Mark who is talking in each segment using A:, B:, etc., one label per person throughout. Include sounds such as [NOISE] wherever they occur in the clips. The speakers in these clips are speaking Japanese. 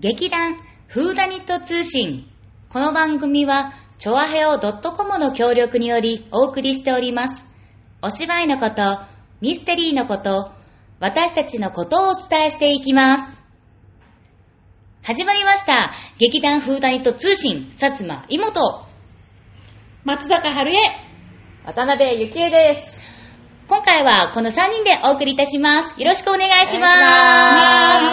A: 劇団フーダニット通信。この番組は、チョアヘオ .com の協力によりお送りしております。お芝居のこと、ミステリーのこと、私たちのことをお伝えしていきます。始まりました。劇団フーダニット通信、薩摩妹。
B: 松坂春恵渡辺幸恵です。
A: 今回はこの3人でお送りいたします。よろしくお願いし
B: お願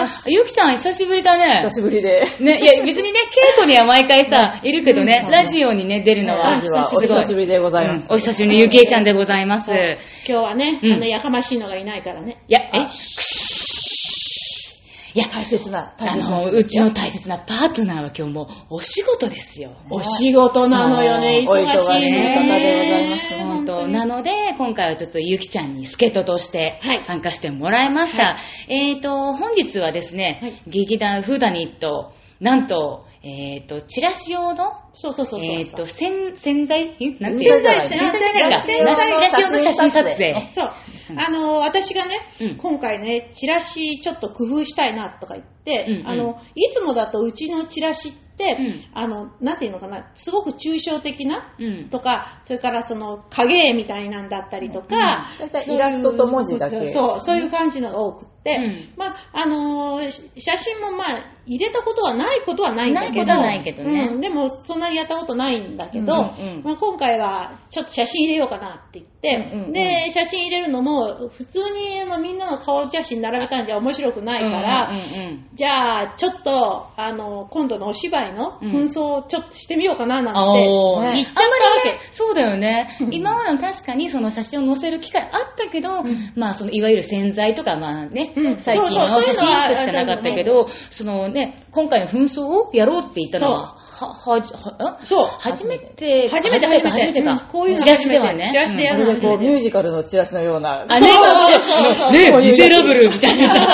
A: ま。
B: いします
A: ゆきちゃん久しぶりだね。
B: しぶりで。
A: ね、いや別にね、稽古には毎回さ、いるけどね、ラジオにね、出るのは。
B: ラジオはお久しぶりでございます
A: すごうんお久しぶりのゆきえちゃんでございます。
C: 今日はね、
A: うん
C: あの、やかましいのがいないからね。
A: いや、え、くしーいや、
B: 大切な、大
A: あ
B: 切な。
A: の、うちの大切なパートナーは今日もうお仕事ですよ。
C: お仕事なのよね、
B: そう
C: 忙しい
B: お忙しい
C: ね
B: 方でございます
C: ね
A: 本当なので、今回はちょっとゆきちゃんに助っ人として
C: はい
A: 参加してもらいました。えーと、本日はですね、
C: はい
A: 劇団フーダニット、なんと、えーと、チラシ用の
C: そうそうそうそう。
A: えっ、と、潜潜在、んなんていう
B: 潜在
A: 潜
B: じ
A: 在
B: ゃない
A: じゃないか。なチラシ用の写真撮影。
D: そう。あの、私がね、
A: うん
D: 今回ね、チラシちょっと工夫したいなとか言って、
A: うんうん
D: あの、いつもだとうちのチラシって、
A: うん
D: あの、なんていうのかな、すごく抽象的な、
A: うん
D: とか、それからその影絵みたいなんだったりとか、
B: 大体イラストと文字だけ。
D: そう、そういう感じのが多くって、
A: うん
D: まあ、あのーし写真もまあ、入れたことはないことはないんだ
A: な
D: けど。
A: いことはないけどね
D: うんでも、そんなにやったことないんだけど、
A: うんうん
D: まあ、今回は、ちょっと写真入れようかなって言って、
B: うんうんうん
D: で、写真入れるのも、普通にあのみんなの顔写真並べたんじゃ面白くないか
A: う
D: ら、
A: んうん
D: じゃあ、ちょっと、あの、今度のお芝居の
A: うん
D: 紛争をちょっとしてみようかななん
A: うん。
D: て、
A: おー、
B: ね
A: 言っちゃったわけ。そうだよね。今までの確かにその写真を載せる機会あったけど、まあそのいわゆる潜在とかまあね、
D: うん
A: 最近の写真としかなかったけど、そのね、今回の紛争をやろうって言ったのは、は、はじ、は、ん
D: そう
A: 初めて、
D: 初めて初めて
A: 初めて
D: うん
A: か。
D: こういうの
A: チラシではね。
D: チラシでや
B: あれ
D: るの
B: でこう、ミュージカルのチラシのような。
A: あれはね、ね、リテラブルみたいなさ。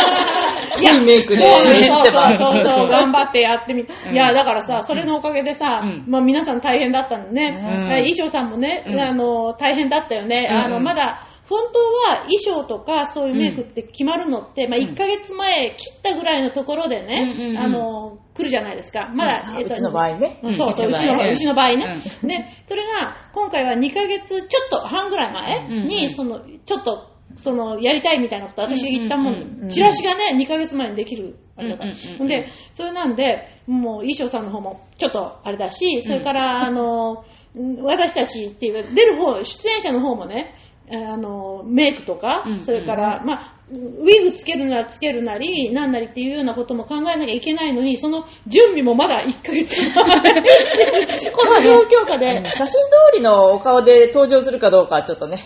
B: いや、メイクで
D: そう
B: 練
D: そう
B: ってば
D: そうそうそう、頑張ってやってみ、いや、だからさ、それのおかげでさ、
A: うん
D: まあ皆さん大変だったのね。
A: ん
D: 衣装さんもね、
A: うん
D: あの、大変だったよね。
A: うん
D: あの、まだ、本当は衣装とかそういうメイクって決まるのって、まあ1ヶ月前切ったぐらいのところで
A: うんうんう
D: ね、
A: ん
D: あの、来るじゃないですか。まだ、
B: うちの場合ね
D: うんそうそう、
A: う
D: う
A: ち
D: ち
A: の
D: の
A: 場合
D: 場
A: ね
D: 合、うちの場合ね。で、それが、今回は2ヶ月ちょっと半ぐらい前
A: うんうん
D: に、その、ちょっと、その、やりたいみたいなこと私が言ったも
A: うんうん
D: ん、チラシがね、2ヶ月前にできる。あれだから
A: うんうんうんうん
D: ほんで、それなんで、もう、衣装さんの方も、ちょっと、あれだし、それから、あの、うん私たちっていう、出る方、出演者の方もね、あの、メイクとか
A: うんうん、
D: それから、まあ、ウィグつけるならつけるなり、なんなりっていうようなことも考えなきゃいけないのに、その準備もまだ1ヶ月
A: [LAUGHS]
D: 前。この状況下で、
B: 写真通りのお顔で登場するかどうか、ちょっとね。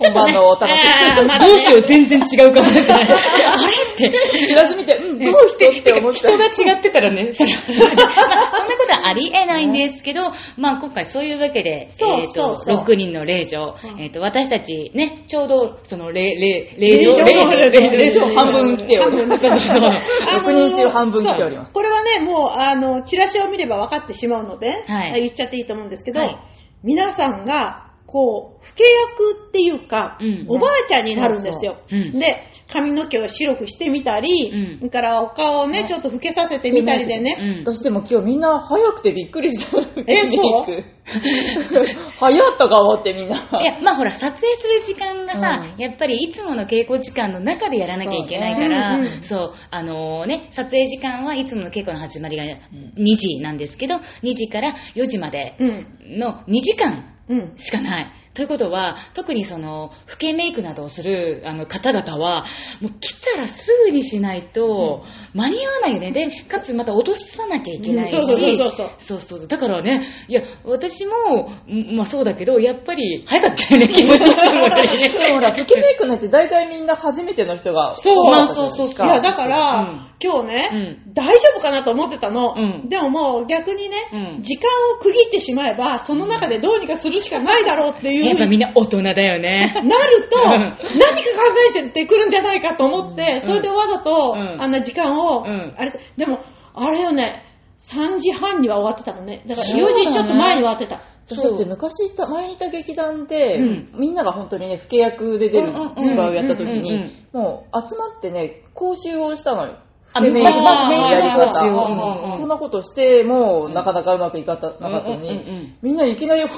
B: 本番のお楽し
C: あーまだ
A: どうしよう、全然違うかも [LAUGHS] しれない。あれって。
B: み。チラシ見て、うん、どう人って思った。
A: 人が違ってたらね、それは。まあ、そんなことはありえないんですけど、まあ今回そういうわけで、
D: そ
A: え
D: う
A: っと
D: そうそう
A: 6人の霊場、えっと私たちね、ちょうどその霊、霊、霊場、
D: 霊場
A: 霊場、霊
B: 霊
A: 場
B: 場半分来ておりま
A: そ
B: す。
A: うそうそう。
B: 6人中半分来ております。
D: これはね、もう、あの、チラシを見れば分かってしまうので、
A: はい
D: 言っちゃっていいと思うんですけど、
A: はい
D: 皆さんが、こう、老け役っていうか、
A: うん
D: おばあちゃんになるんですよ。
A: そうそううん
D: で、髪の毛を白くしてみたり、
A: うん
D: それからお顔をね、ちょっと老けさせてみたりでね、
A: うん
B: 私でも今日みんな早くてびっくりした。
D: えそう
B: メイク早ったか思っ
A: [LAUGHS]
B: てみんな。
A: いや、まあほら、撮影する時間がさ、
B: う
A: やっぱりいつもの稽古時間の中でやらなきゃいけないから、そう,、
D: そうねうんうん
A: あのね、撮影時間はいつもの稽古の始まりが2時なんですけど、2時から4時まで
D: うん、
A: の2時間
D: うん。
A: しかない。ということは、特にその、老けメイクなどをするあの方々は、もう来たらすぐにしないと、間に合わないよね。で、かつまた落とさなきゃいけないし、
D: うんそうそうそうそう
A: そうそうだからね、いや、私も、んまあそうだけど、やっぱり早かったよね、気持ちいつもよりね
B: でもほら、老けメイクなんて大体みんな初めての人が。
D: そう
A: まあそうそうそう
D: いや、だから、
A: うん
D: 今日ね、大丈夫かなと思ってたの。
A: うん
D: でももう逆にね、
A: うん
D: 時間を区切ってしまえば、その中でどうにかするしかないだろうっていう
A: やっぱみんな大人だよね。
D: なると、
A: うん
D: 何か考えてくるんじゃないかと思って、それでわざと、
A: うん
D: あんな時間を、
A: うん
D: あれ、でも、あれよね、3時半には終わってたのね。だから
A: そうだね
D: 4時ちょっと前に終わってた。
B: 私だって昔いた、前にいた劇団で、
A: うん
B: みんなが本当にね、老け役で出る
A: うんうんうん
B: 芝居をやった時
A: うんうん
B: に、もう集まってね、講習をしたのよ。
A: あ、
B: てメイク
A: まずまずメイク
B: やり
A: を。
B: 方。う
A: うんんうんうん
B: そんなことして、もうなかなかうまくいかなかったの
A: うんうんうんうん
B: に、みんないきなりこ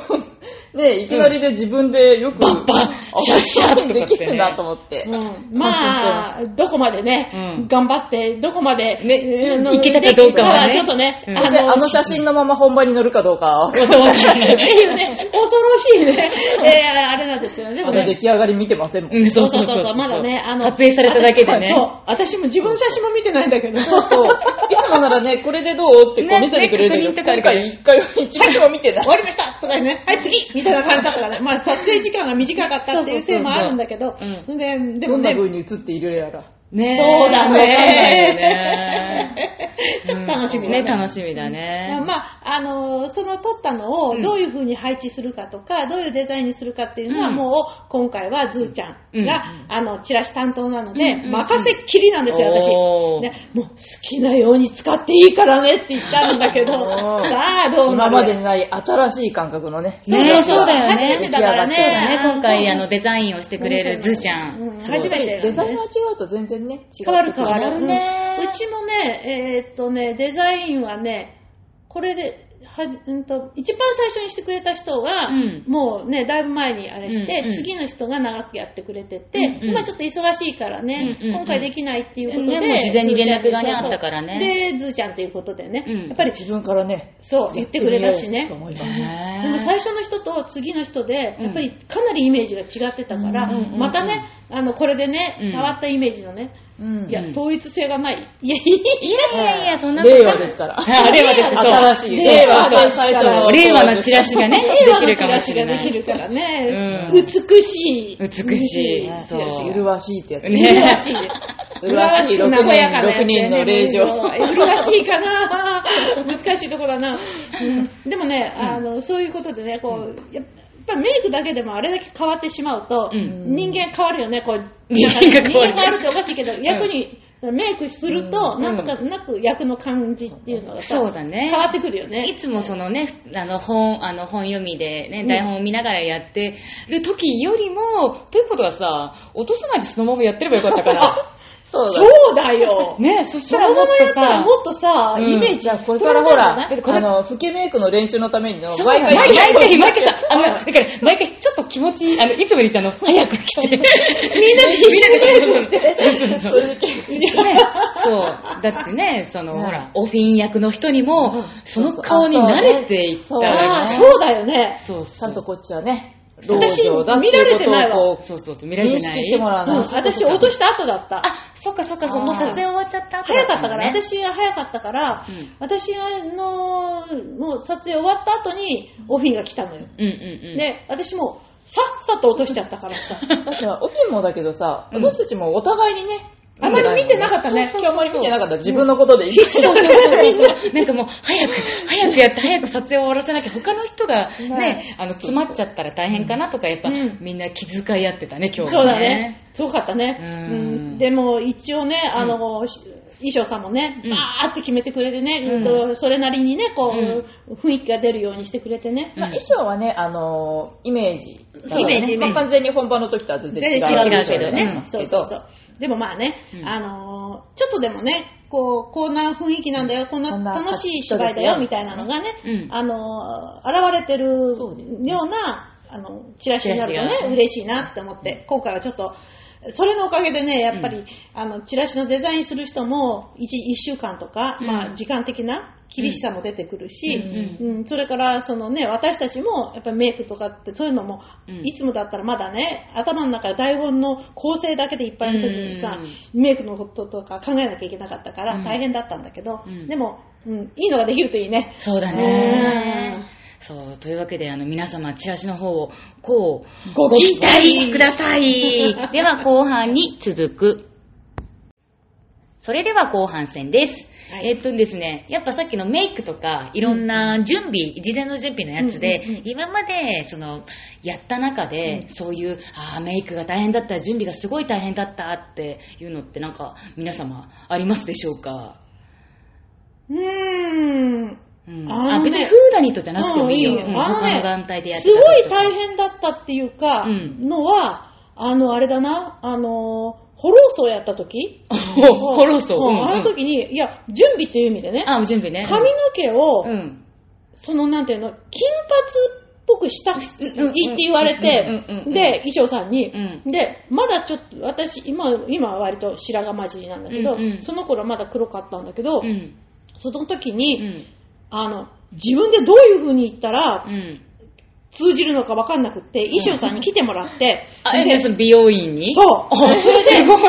B: う、ね、いきなりで自分でよく、バッバ
A: シャッシャッとかってね
B: できるなと思って。
D: うん
B: 感心しちゃいまし
D: まあ、どこまでね、
A: うん
D: 頑張って、どこまで、
A: ね
D: あの
A: いけたかどうかはね
D: できたかちょっとね、
A: うん
B: そしてあの写真のまま本番に乗るかどうか、
D: っていうね、恐ろし
A: [LAUGHS]
D: いね、えーあれなんですけどね、で
B: あ
D: も
B: の
D: ね
B: 出、来上がり見てませんもん。
A: うん、そうそう
D: そ
A: そうう
D: そ
A: そうう。
D: まだねあの
A: 撮影されただけでね。
D: そう、私も自分の写真も見てないんだけど、
B: そう。いつもならね、これでどうってこう
A: ね
B: 見せてくれる
A: ね確認
B: け
A: とか
B: ど、
A: あ
B: 今
A: るから
B: 回一回も一枚も見てない
D: [LAUGHS] 終。
A: [LAUGHS]
D: わりましたとかね、はい次みたいな感じだったからね、まあ撮影時間が短かったっていうせいもあるんだけど
A: そうそうそう、
D: でで
B: ど
D: も
B: んな
D: ね、
B: 風に映っているやら。
A: ね
D: そう
A: わか
D: だね
A: んないよね。
D: [LAUGHS] ちょっと楽しみだ
A: ね。
D: ね。
A: 楽しみだね。
D: まあ、あのーその撮ったのを
A: うん
D: どういう風に配置するかとか、どういうデザインにするかっていうのは、
A: うん
D: もう今回はズーちゃんが、
A: うん
D: あの、チラシ担当なので、
A: うんうんうん
D: 任せっきりなんですよ、私。
A: おー
D: ね、もう好きなように使っていいからねって言ったんだけど、
B: お
D: さ
B: ー
D: あ、どう
B: 今
D: なる
B: までにない新しい感覚のね。
A: ね
B: そう
A: そうだよね
D: 初めてだからね。
B: 出来上
A: ね、今
D: う
A: 回、
D: ん
A: あの、デザインをしてくれるズーちゃん。
D: うん
A: すごい
D: 初めてだよね
B: デザイナー違うと全然ね、違う。
D: 変わる変わる。
A: 変わるね
D: うんうちもね、えーっとね、デザインはね、これで、はうんと、一番最初にしてくれた人が、
A: うん
D: もうね、だいぶ前にあれして、
A: うんうん
D: 次の人が長くやってくれてて、
A: うんうん
D: 今ちょっと忙しいからね、
A: うんうんうん
D: 今回できないっていうことで、
A: ねもう事前に連絡がね
D: ずーちゃん
A: あったからね
D: で、ズーちゃんということでね、
A: うん
D: やっぱり、
B: 自分からね、
D: そう、言ってくれたし
B: やって。み
D: ね
B: ようと思います
A: ね
D: でも最初の人と次の人で、
A: うん
D: やっぱりかなりイメージが違ってたから、
A: うんうんうんうん
D: またね、あの、これでね、
A: うん
D: 変わったイメージのね、
B: うん
D: いや、
A: うん
D: 統一性がない。いや、いや
A: いやいやいや、そんなことない
B: 令和ですから。
A: あ令和ですそう
B: 新しい。
A: 令和
B: で最初の。
A: 令和のチラシがね、で
D: 令和
A: き
D: の
A: る
D: チ
A: か
D: ラ
A: も
D: シ
A: し
D: が
A: れ
D: で
A: ない。
D: きるからね、
A: うん
D: 美しい。
A: 美しい。
B: [LAUGHS]
D: チ
A: そ
D: ラシ
A: う。
B: 麗しいってやつ。
A: ね
D: 麗しい。
B: 麗しい6
D: 和やか
B: 人、
D: なやつ
B: 6人の令
D: ねもう
B: 状。
D: 麗しい
A: [LAUGHS]
D: かな難しいところだな。うんでもね、あの、そういうことでね、こう、やっぱメイクだけでもあれだけ変わってしまうと、
A: うん
D: 人間変わるよね、こう。
A: 人間が変わる
D: 人間っておかしいけど、役に、メイクすると、なんとかなく役の感じっていうのがさ
A: そうだね
D: 変わってくるよね。
A: いつもそのね、あの本、あの本読みでね、台本を見ながらやってる時よりも、ということはさ、落とさないでそのままやってればよかった
D: [LAUGHS]
A: から。
B: そ
D: そうだよ。
A: ね、 [LAUGHS] そし
D: そ
A: た
D: の
A: ら
D: ま
A: もっ
D: ま
A: と
D: やったら
A: さ、
D: もっとさ、
A: うん
D: イメージは
B: これからほら、
D: [LAUGHS]
A: だってこれ
B: あの、老けメイクの練習のためにの、
A: そう
B: 毎回、
A: 毎回、毎回、毎回さ、あの、だから、毎回、ちょっと気持ちいい、あの、いつもよりちゃんの、早く来 [LAUGHS] て。みんなで一緒にして。 [LAUGHS] そうそうそう。ね、そう。だってね、その、
B: うん
A: ほら、オフィン役の人にも、その
B: そうそう
A: 顔に慣れていった
B: そうだよね
D: ああ、
A: ら、
D: そうだよね。
A: そうそう。
B: ちゃんとこっちはね、
D: そ
B: 老
D: う
B: 女だっていう
D: 私見られてない
B: こ
D: わ
B: とをこ
A: そうそうそう、見
B: う、
A: られてな
B: 認
A: い。
B: 識してもらわ
D: うん、
B: ない。
D: 私落とした後だった。
A: あ、そっかそっか、そう
B: あー
A: もう撮影終わっちゃった後
D: 早かったから、
A: のね
D: 私が早かったから、
A: うん
D: 私がの、もう撮影終わった後に、オフィンが来たのよ。
A: うんうんうん。
D: で、私も、さっさと落としちゃったからさ。
B: だって、オフィンもだけどさ、私たちもお互いにね、
D: あんまり見てなかったね
B: そうそうそう今日あんまり見てなかった。自分のことでいい。
A: そうそう [LAUGHS] そうそう。なんかもう、早く、早くやって、早く撮影を終わらせなきゃ、他の人がね、あの、詰まっちゃったら大変かなとか、やっぱ、
D: うん
A: みんな気遣い合ってたね、今日
D: そう
A: は
D: だね。。すごかったね。
A: う
D: うんんでも、一応ね、あの、し衣装さんもね、
A: うん
D: バーって決めてくれてね、
A: うん
D: うんとそれなりにね、こ
A: う
D: う、雰囲気が出るようにしてくれてね。
A: うん
B: まあ衣装はね、あのーイメージだからね。
D: イメージイメージ
B: まあ完全に本番の時とは全然違
D: 全
B: う。
D: 然違う
A: 違うけどね
B: うん
D: そうそうそう。でもまあね、
A: うん
D: あのーちょっとでもね、こう、こんな雰囲気なんだよ、こん
B: こん
D: な
B: な
D: 楽しい芝居だよ、みたいなのがね、
A: うん
D: あのー現れてるよ
B: うです
D: うな、あの、チラシになると
A: チラシが
D: ね、嬉しいなって思って、今回はちょっと、それのおかげでね、やっぱり、あの、チラシのデザインする人も、一一週間とか、
A: うん
D: まあ、時間的な厳しさも出てくるし、
A: う
D: うん、それから、そのね、私たちも、やっぱりメイクとかって、そういうのも、
A: うん
D: いつもだったらまだね、頭の中、台本の構成だけでいっぱいの時にさ、メイクのこととか考えなきゃいけなかったから
A: うん
D: 大変だったんだけど、
A: うん
D: でも、うん、いいのができるといいね。
A: そうだね
D: うん。
A: そう、というわけで、あの、皆様、チラシの方を、こう、
D: ご期待
A: ごください。では、後半に続く。それでは後半戦です。
D: はい
A: えっとですね、やっぱさっきのメイクとか、いろんな準備、事前の準備のやつで、
D: うんうんうん
A: 今まで、その、やった中で、そういう、ああ、メイクが大変だった、準備がすごい大変だったっていうのって、なんか、皆様、ありますでしょうか
D: うーん。
A: うん
D: あのね
A: あ別にフーダニットじゃなくてもいいよ。
D: うん
A: うん
D: あの
A: 他
D: ね
A: の団体でやって
D: すごい
A: た時とか
D: 大変だったっていうか、
A: うん
D: のは、あの、あれだな、あの、ホローソーやった時
A: お [LAUGHS] ホローソー。
D: う
A: うんん
D: あの時に、いや、準備っていう意味でね、
A: あ、準備ね。
D: 髪の毛を、
A: うん。
D: その、なんていうの、金髪っぽくした
A: うんうん
D: いいって言われて
A: うんうんうんう、ん
D: で、衣装さんに、
A: う
D: で、まだちょっと、私、今、今は割と白髪混じりなんだけど、
A: うんうん
D: その頃はまだ黒かったんだけど、
A: うん。
D: その時
A: う
D: に、
A: ん。
D: あの、自分でどういう風に言ったら
A: うん。
D: 通じるのか分かんなくって、衣装さんに来てもらって、
A: あ、え、
D: で
A: ねその美容院にう。 [LAUGHS]
D: そう。
A: あすごい。
D: それで、こう、こ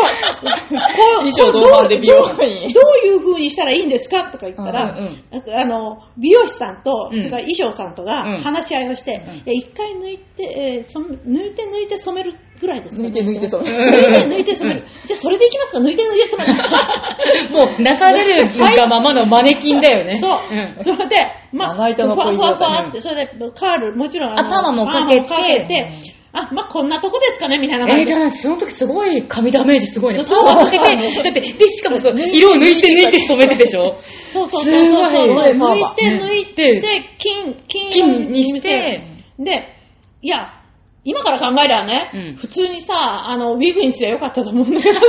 D: う、
B: 衣装同伴で美容院
D: どういう風にしたらいいんですかとか言ったら、
A: うんうん
D: なんかあの、美容師さんと、
A: うん
D: それから衣装さんと
A: う
D: が
A: ん
D: 話し合いをして、で一回抜いて、えーそん抜いて抜いて染めるぐらいですか
B: 抜いて抜いて染め
D: る。抜いて抜いて染める。じゃあそれでいきますか抜いて抜いて染める。
A: もう出されるがままのマネキンだよね。
D: そう。
A: ん
D: それで、まあ、
B: まな板の
D: ふわ
B: 恋
D: ふ
B: 状態
D: わふわって、それで、カール、もちろん、の
A: 頭もかけて
D: パーマもかけてあ、まあ、こんなとこですかねみたいな感
A: えー、
D: じ
A: じ
D: で。
A: ゃあ、その時すごい髪ダメージすごいね。
D: そう
A: パーマかけて [LAUGHS] だって、で、しかもそう、色を抜いて抜いて染めてでしょ
D: そうそうそうそう。
A: すご
B: い
D: 抜い
A: パ
D: て
A: ーマ
D: 抜いて、
A: うん
D: で金、金、
A: 金にして、
D: で、いや、今から考えればね、
A: うん
D: 普通にさ、あの、ウィグにすりゃよかったと思うんだけど。
A: い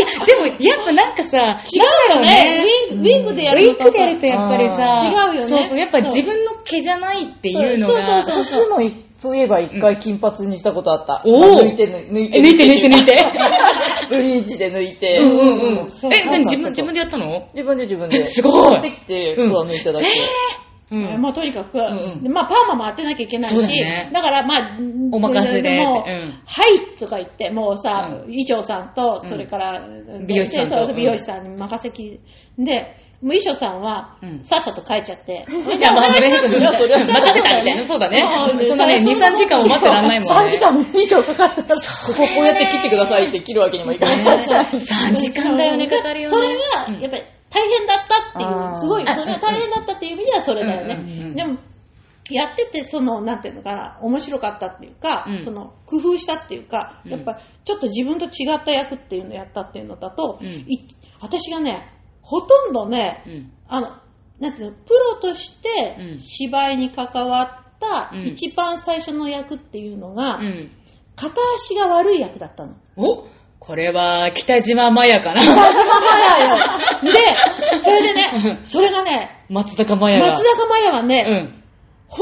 A: や、でも、やっぱなんかさ、違うよね。
D: ウィンウィングでやる
A: ウィ
D: の
A: ン
D: と
A: クでやるとやっぱりさ、
D: うん違うよね
A: そうそう、やっぱ
D: そう
A: 自分の毛じゃないっていうのが、
D: そうそう
B: 私でもい、そういえば一回金髪にしたことあった。
A: おー
B: 抜いて抜い
A: え、
B: て。
A: 抜いて抜いて抜いて。
B: [LAUGHS] ブリーチで抜いて。
A: うんうんうん。
B: そう
A: え、何自分、自
B: そうそう
A: 分でやったの
B: 自分で自分で。
A: すごい
B: 買ってきて、
A: うん
B: 黒抜いただけ。
A: う
D: えー
A: ん。
D: まあとにかく、
A: うん
D: でまあパーマも当てなきゃいけないし、
A: そう
D: だ
A: だね
D: からまあ、
A: お任せで
D: もう
A: ってうん
D: はいとか言って、もうさ、
A: うん
D: 衣装さんと、
A: うん
D: それから、
A: 美容師さんと
D: でそう
A: うん
D: 美容師さんに任せきで、もう衣装さんは
A: うん、
D: さっさと帰っちゃ
A: [LAUGHS]
D: って、
A: いや、まあね、そ
B: よ
A: れは
B: それは
A: 任せたみたいな。そうだね
D: うん。
A: そんなね、2、
D: そう
A: 3時間を待ってらんないもんね。
B: 3時間以上かかったら、こここうやって切ってくださいって切るわけにもいかない。
D: そうそう
A: 3時間だよね、かかるよね。
D: それは、やっぱり大変だったってい
B: あ
D: う、
B: ー
D: すごい、それは大変だったっていう意味ではそれだよ
A: うんうんうんう
D: ね
A: ん。
D: でも、やってて、その、なんていうのかな、面白かったっていうか
A: うん、
D: その、工夫したっていうか、
A: うん
D: やっぱ、ちょっと自分と違った役っていうのをやったっていうのだと、
A: うん
D: い私がね、ほとんどね、
A: うん。
D: あの、なんていうの、プロとし
A: うん
D: て芝居に関わった
A: うん
D: 一番最初の役っていうのが
A: う、ん。
D: 片足が悪い役だったの。
A: おこれは、北島麻也かな。
D: [LAUGHS] で、それでね、それがね、
A: 松坂麻也が。
D: 松坂麻也はね、本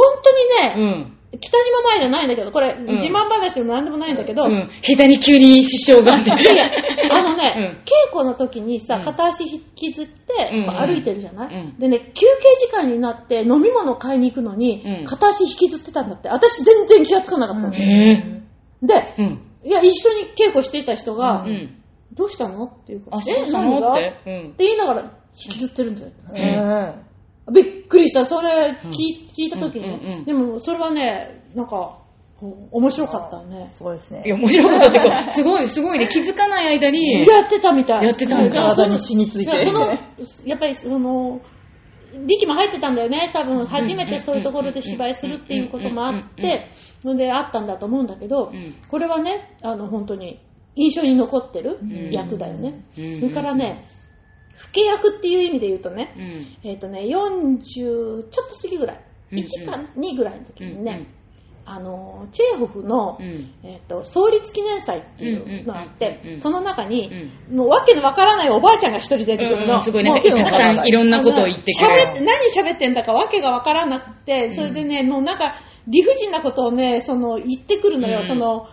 D: 当
A: う
D: にね、
A: ん。うん。
D: 北島麻也じゃないんだけど、これ、
A: ん
D: 自慢話でも何でもないんだけど、
A: うん。膝に急に支障があって。
D: いやいや、あのね、
A: うん
D: 稽古の時にさ
A: う、ん
D: 片足引きずって、
A: うんうん
D: こう歩いてるじゃない、
A: うん
D: でね、休憩時間になって飲み物買いに行くのに、
A: うん
D: 片足引きずってたんだって。私全然気がつかなかったの。
A: へえ。
D: で、
A: うん。
D: いや、一緒に稽古していた人が、
A: うん。
D: どうしたのっていうから、
A: あ、そうな
D: 何
A: の
D: が
A: っ
D: っ
A: て。
D: て
A: うん。
D: 言いながら引きずってるんだよ。
A: うん
B: うん
D: びっくりした。それ聞い,、聞いた時に、
A: うんうんうん
D: でも、それはね、なんか、こう面白かったね。
B: すごいですね
A: い。や、面白かったっていうか、すごい、すごいね。気づかない間に、
D: やってたみたい。
A: やってたんだ
D: からそ
B: 体
D: の
B: に染みついて
D: やその、やっぱりその、力も入ってたんだよね。多分、初めてそういうところで芝居するっていうこともあっ
A: うんうんうん
D: て、のであったんだと思うんだけど、
A: うん
D: これはね、あの、本当に印象に残ってる
A: ん
D: 役だよね。
A: うん
D: それからね、老け役っていう意味で言うとね、
A: うん。
D: えっ、とね、40ちょっと過ぎぐらい、
A: うんうん
D: 1か2ぐらいの時にね、あの、チェーホフの、
A: うん。
D: えっと創立記念祭っていうのがあっ
A: うんうんうんう
D: て、
A: ん
D: その中に、もうわけのわからないおばあちゃんが一人出てくる
A: う
D: の。
A: んすごいね
D: もう
A: たくさんいろんなことを言ってくれる
D: 喋って何喋ってんだかわけがわからなくて、それでね、もうなんか理不尽なことをね、その言ってくるのよ、
A: うん
D: その、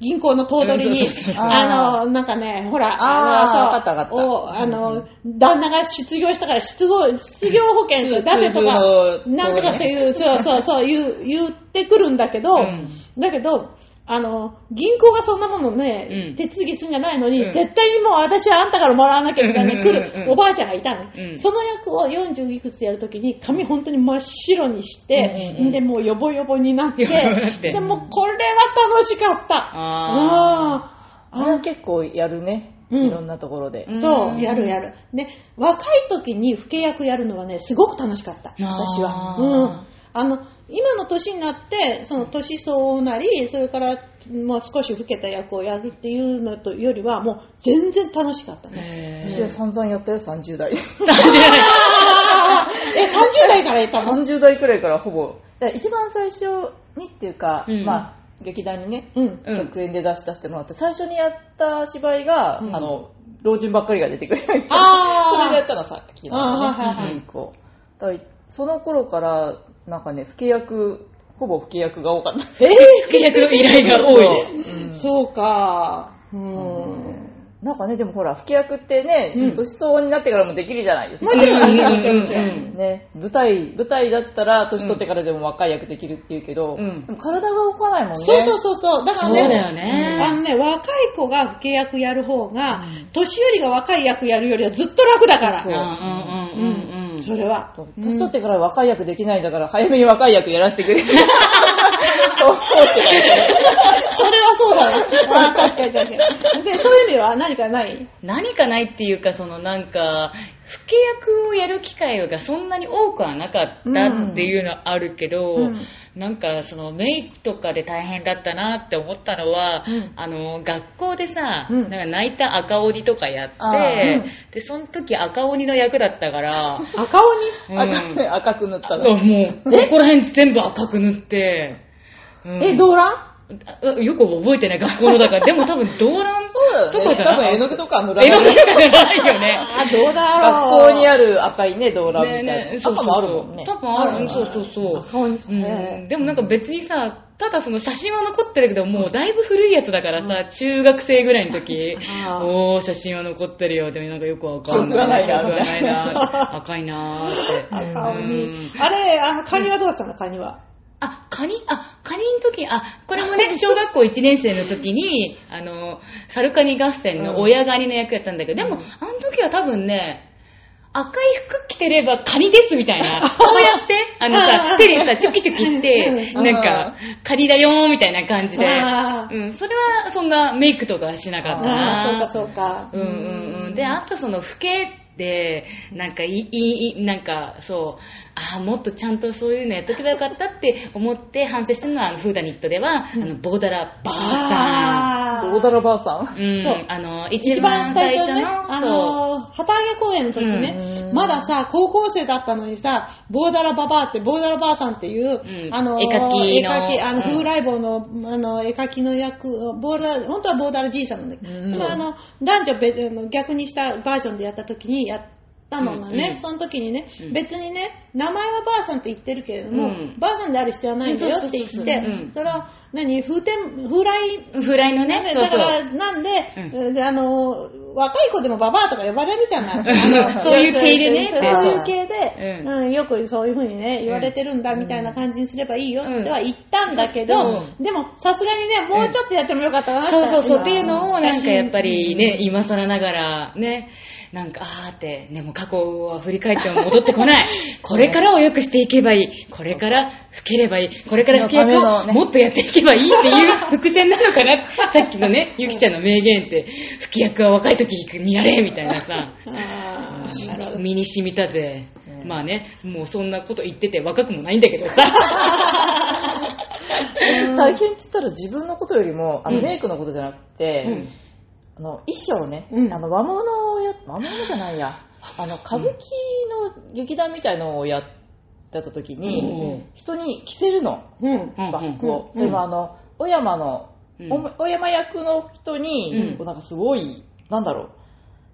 D: 銀行の頭取に
A: うんそうそうそう、
B: そう
D: あの、なんかね、ほら、
B: あー
D: のそう
B: わかったわかった
D: おあの、旦那が失業したから失業、失業保険出せとか、
B: 通
D: なんとかっていう、そうそうそう、言う、言ってくるんだけど、
A: うん
D: だけど、あの、銀行がそんなものね、
A: うん
D: 手続きするんじゃないのに、
A: うん
D: 絶対にもう私はあんたからもらわなきゃみたいな、
A: うん
D: 来
A: うんうん
D: るおばあちゃんがいたの、
A: うん
D: その役を40いくつやるときに、髪本当に真っ白にして、
A: うんうんうん
D: で、もうヨボヨボにな
A: [LAUGHS]
D: って、
A: ヨボヨボになって
D: でもうこれは楽しかった。
A: あ
D: うん
B: あれは結構やるね。
D: うん
B: いろんなところで。
D: そう、やるやる。で、若い時に老け役やるのはね、すごく楽しかった、私は。
A: あー
D: うん。あの、今の年になって、その年相応なり、それから、もう少し老けた役をやるっていうのとよりは、もう全然楽しか
A: [LAUGHS]
D: ったね。
A: へ
B: 私は散々やったよ、30
A: [LAUGHS]
B: 代。
D: ああえ、30代からやったの
B: 30代くらいからほぼ。だから一番最初にっていうか、
A: うん
B: まあ、劇団にね、
A: [LAUGHS]
D: うん。
A: うん
B: 100円で出し出してもらって、最初にやった芝居が、
D: うん
B: あの、老人ばっかりが出てくる。それで
D: あー
B: やったのさ、昨日
D: あーはい
B: ね
D: はいは。い
B: 以降。だからその頃から、なんかね、不契約、ほぼ不契約が多かった。 [LAUGHS]
D: え
A: 不契約の依頼が多いね。
D: ー、そうか。うん。
B: なんかね、でもほら、不契約ってね、年相応になってからもできるじゃないですか。
D: もちろん、もちろん、もちろん。
B: [LAUGHS] ね、舞台、舞台だったら、年取ってからでも若い役できるっていうけど、
A: うん
B: でも体が動かないもんね。
D: そうそうそうそう。だか
A: そ
D: ら
A: う
D: ね、
A: だよね
D: あのね、若い子が不契約やる方が、年寄りが若い役やるよりはずっと楽だから。
B: そううん
D: う
A: うんうんうんうん
D: ん。。それは。
B: 年取ってから若い役できないんだから、早めに若い役やらせてくれ。そう思ってた
D: それはそうだ
A: [LAUGHS]
D: な。あー確かに確かに。で、そういう意味は何かない
A: 何かないっていうか、そのなんか、不契約をやる機会がそんなに多くはなかったっていうのはあるけど、
D: うん
A: なんかそのメイクとかで大変だったなって思ったのは、
D: うん
A: あの、学校でさ、
D: うん
A: なんか泣いた赤鬼とかやっ
B: あー
A: て、で、その時赤鬼の役だったから、
D: 赤鬼
A: うん
B: 赤く赤く塗った
A: あ
B: の。
A: もう、ここら辺全部赤く塗って、うん
D: え、動乱
A: あよく覚えてない学校のだ
B: [LAUGHS]
A: から、でも多分動乱と
B: と
A: か
B: か
A: じ
B: じ
A: ゃ
B: ゃ
A: な
B: ないい多分絵の具とか塗らな
A: 絵
B: い。
A: の具とかじゃないよね。
D: あ、どうだろう。
B: 学校にある赤いね、ドーラみたいな。
A: そうそう
B: 赤
A: そう
B: もあるもんね。
A: 多分ある、そうそうそう。
D: 赤鬼
A: うん、でもなんか別にさ、ただその写真は残ってるけど、もうだいぶ古いやつだからさ、中学生ぐらいの時、
D: あー
A: おー、写真は残ってるよ。でもなんかよくわかん
B: 記憶が
A: な。
B: ないいな
A: 記憶がない
B: [LAUGHS]
A: な。赤いなーって。
D: 赤鬼
A: うん。
D: あれ、あの、カニはどうしたのカニは。
A: あ、カニあ、カニの時、あ、これもね、小学校1年生の時に、あの、サルカニ合戦の親ガニの役やったんだけど、でも、あの時は多分ね、赤い服着てればカニですみたいな。こうやって、あのさ、手でさ、チョキチョキして、
B: うん
A: なんか、カニだよーみたいな感じで。
D: あー
A: うん、それはそんなメイクとかはしなかったな。
D: ああ、そうかそううんか。
A: うんうん。で、あとその、老けって、なんか、いい、い、なんか、そう、ああ、もっとちゃんとそういうのやっとけばよかったって思って反省してるのは、あの、フーダニットでは、あの、ボーダラばあ
D: あー
B: ドーダラばあさ
A: さ
B: ん。
A: ん。うん、
D: そう
A: あの、
D: 一
A: 一
D: 番
A: 番最
D: 最初
A: 初
D: ね、
A: の、
D: あ
A: そう。
D: のー、旗揚げ公演の時ね、
B: うん
D: まださ、高校生だったのにさ、ボーダラババアって、ボーダラばあさんっていう、
A: うん
D: あのー、
A: 絵描きの
D: 絵描き、あの、
A: うん
D: 風来坊の、あの、絵描きの役、ボーダラ、本当はボーダラじいさんなんだけど、
B: うん
D: でもあの、男女別あの逆にしたバージョンでやった時にやったのがね、
A: うんうん
D: その時にね、
A: うん
D: 別にね、名前はばあさんって言ってるけれども、
A: うん
D: ばあさんである必要はないんだよって言
A: そうそう
D: っ
A: そうそうう
D: て
A: ん、
D: それは、何、風天、風来
A: フライのね、そう
D: だ
A: そ
D: か
A: う。
D: ら、なんで、であの、若い子でもババアとか呼ばれるじ
A: [LAUGHS]
D: ゃない。あの
A: そういう系でね
D: そう
A: って
D: そういう系で、
A: う
D: うんよくそういう風にね、言われてるんだみたいな感じにすればいいよっては言ったんだけど、でも、さすがにね、もうちょっとやってもよかったかな
A: そうそうそう、っていう
D: の。
A: のを、なんかやっぱりね、今更ながら、ね、なんか、あーって、ね、もう過去は振り返っても戻ってこ [LAUGHS] ない。これからを良くしていけばいい。これから老ければいい。これから不契約
B: のため
A: を
B: のね
A: もっとやっていけばいいっていう伏線なのかな。さっきの [LAUGHS] ね、ゆきちゃんの名言って、不契約は若い時にやれみたいなさ。
D: あーなるほど
A: 身に染みたぜ。まあね、もうそんなこと言ってて若くもないんだけどさ。
B: 大変って言ったら自分のことよりも、あ
A: う
B: の
A: ん
B: メイクのことじゃなくて、あの衣装ね、
D: うん
B: あの和物をや、和物じゃないや、あの歌舞伎の劇団みたいのをやってた時
A: うん
B: に、人に着せるの。
D: うん。
A: うん
B: バッグ
A: うん
B: を。それもあの、小山の、
A: うん
B: おも小山役の人
A: うん
B: に、こうなんかすごい、なんだろ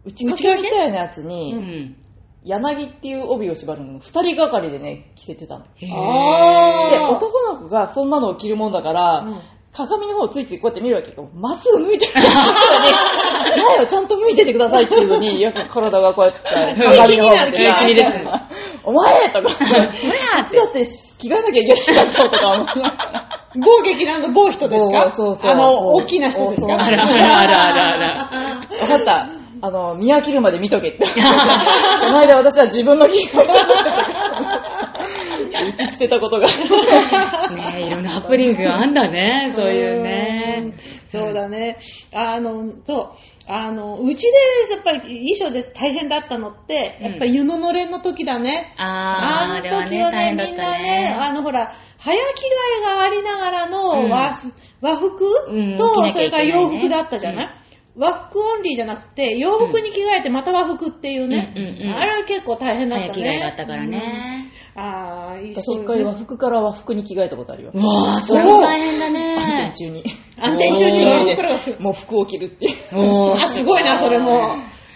B: う、内掛
A: 内掛
B: け
A: け
B: みたいなやつ
A: う
B: に、
A: ん。
B: 柳っていう帯を縛るのを二人がかりでね、着せてたの。で、
A: へー
D: あー
B: 男の子がそんなのを着るもんだから、
D: うん
B: 鏡の方をついついこうやって見るわけよ。まっすぐ向いてる。前をちゃんと向いててくださいっていうの [LAUGHS] に、よく体がこうやって、 [LAUGHS] 鏡の方を見て
A: 気になる気にな
B: [LAUGHS] お前とか、こっちだって着替えなきゃいけないだろうとか思いながら。 [LAUGHS]
D: 某劇団の某人ですか
B: そうそうそう
D: あの、
B: 某
D: 大きな人ですか
B: 某
A: あらあらあらあらあら。
B: わかった。あの、見飽きるまで見とけって。 [LAUGHS] この間私は自分の気を [LAUGHS] 打ち捨てたことが。
A: ねいろんなハプニングがあんだね、そういうね。
D: そうだね。あの、そう。あの、うちで、やっぱり衣装で大変だったのって、
A: うん
D: やっぱり湯ののれんの時だね。
A: あー、あ
D: の
A: れ
D: 時
A: は
D: は
A: ね、
D: ね、
A: 大変だっ
D: みん
A: た
D: なね、
A: ね。
D: あの、ほら、早着替えがありながらの和,、和服
A: うん
D: と、
A: 着なき
D: そ
A: ゃいけないね
D: れから洋服だったじゃない、和服オンリーじゃなくて、洋服に着替えてまた和服っていうね。
A: うんうんうんうん
D: あれは結構大変だっ
A: 早
D: た
A: 着
D: ね。
A: 替えがあったからね。
D: ああ、いい
B: 私一
D: そうい
B: 回
D: う
B: 和
D: ね
B: 服から和服に着替えたことあるよ。
A: うわぁ、それも大変だ
B: 暗
A: ね
B: 転。中に。
D: 暗転中に
B: もう
D: 和服から和服
B: もう服を着るっていう。
A: おー
D: あ、すごいな、それも。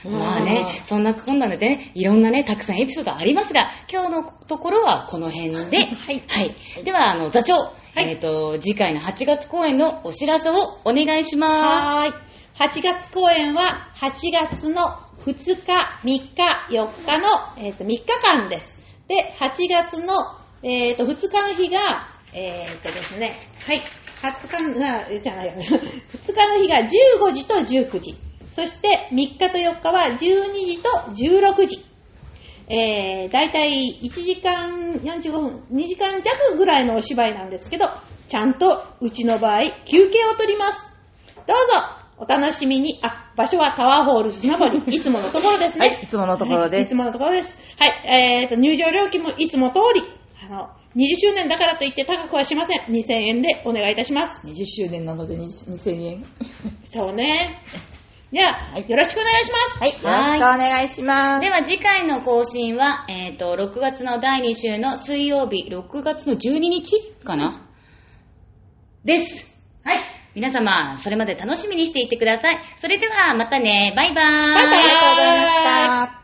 A: まあね、そんなこんなのでね、いろんなね、たくさんエピソードありますが、今日のところはこの辺で、 [LAUGHS] はい。では、あの、座長、えっ、と、次回の8月公演のお知らせをお願いします。
D: はーい。8月公演は8月の2日、3日、4日の、えーと3日間です。で、8月の、えーと2日の日が、えーとですね、はい。20日が、えじゃないよ。2日の日が15時と19時。そして3日と4日は12時と16時。えー、大体1時間45分、2時間弱ぐらいのお芝居なんですけど、ちゃんとうちの場合、休憩を取ります。どうぞ、お楽しみに。あ、場所はタワーホールズ名
B: [LAUGHS]
D: 張、いつものところですね。
B: いつものところです
D: はいいつものところです。はい、えーと、入場料金もいつも通り、あの、20周年だからといって高くはしません。2000円でお願いいたします。
B: 20周年なので20 2000円。よ
D: そうね。じゃあ、よろしくお願いします。はい。
A: ろしくお
B: 願いしま。
A: では次回の更新は、えっ、と、6月の第2週の水曜日、6月の12日かなです。はい。皆様、それまで楽しみにしていてください。それでは、またね。バイバーイ。
D: バイバイ
B: ありがとうございました。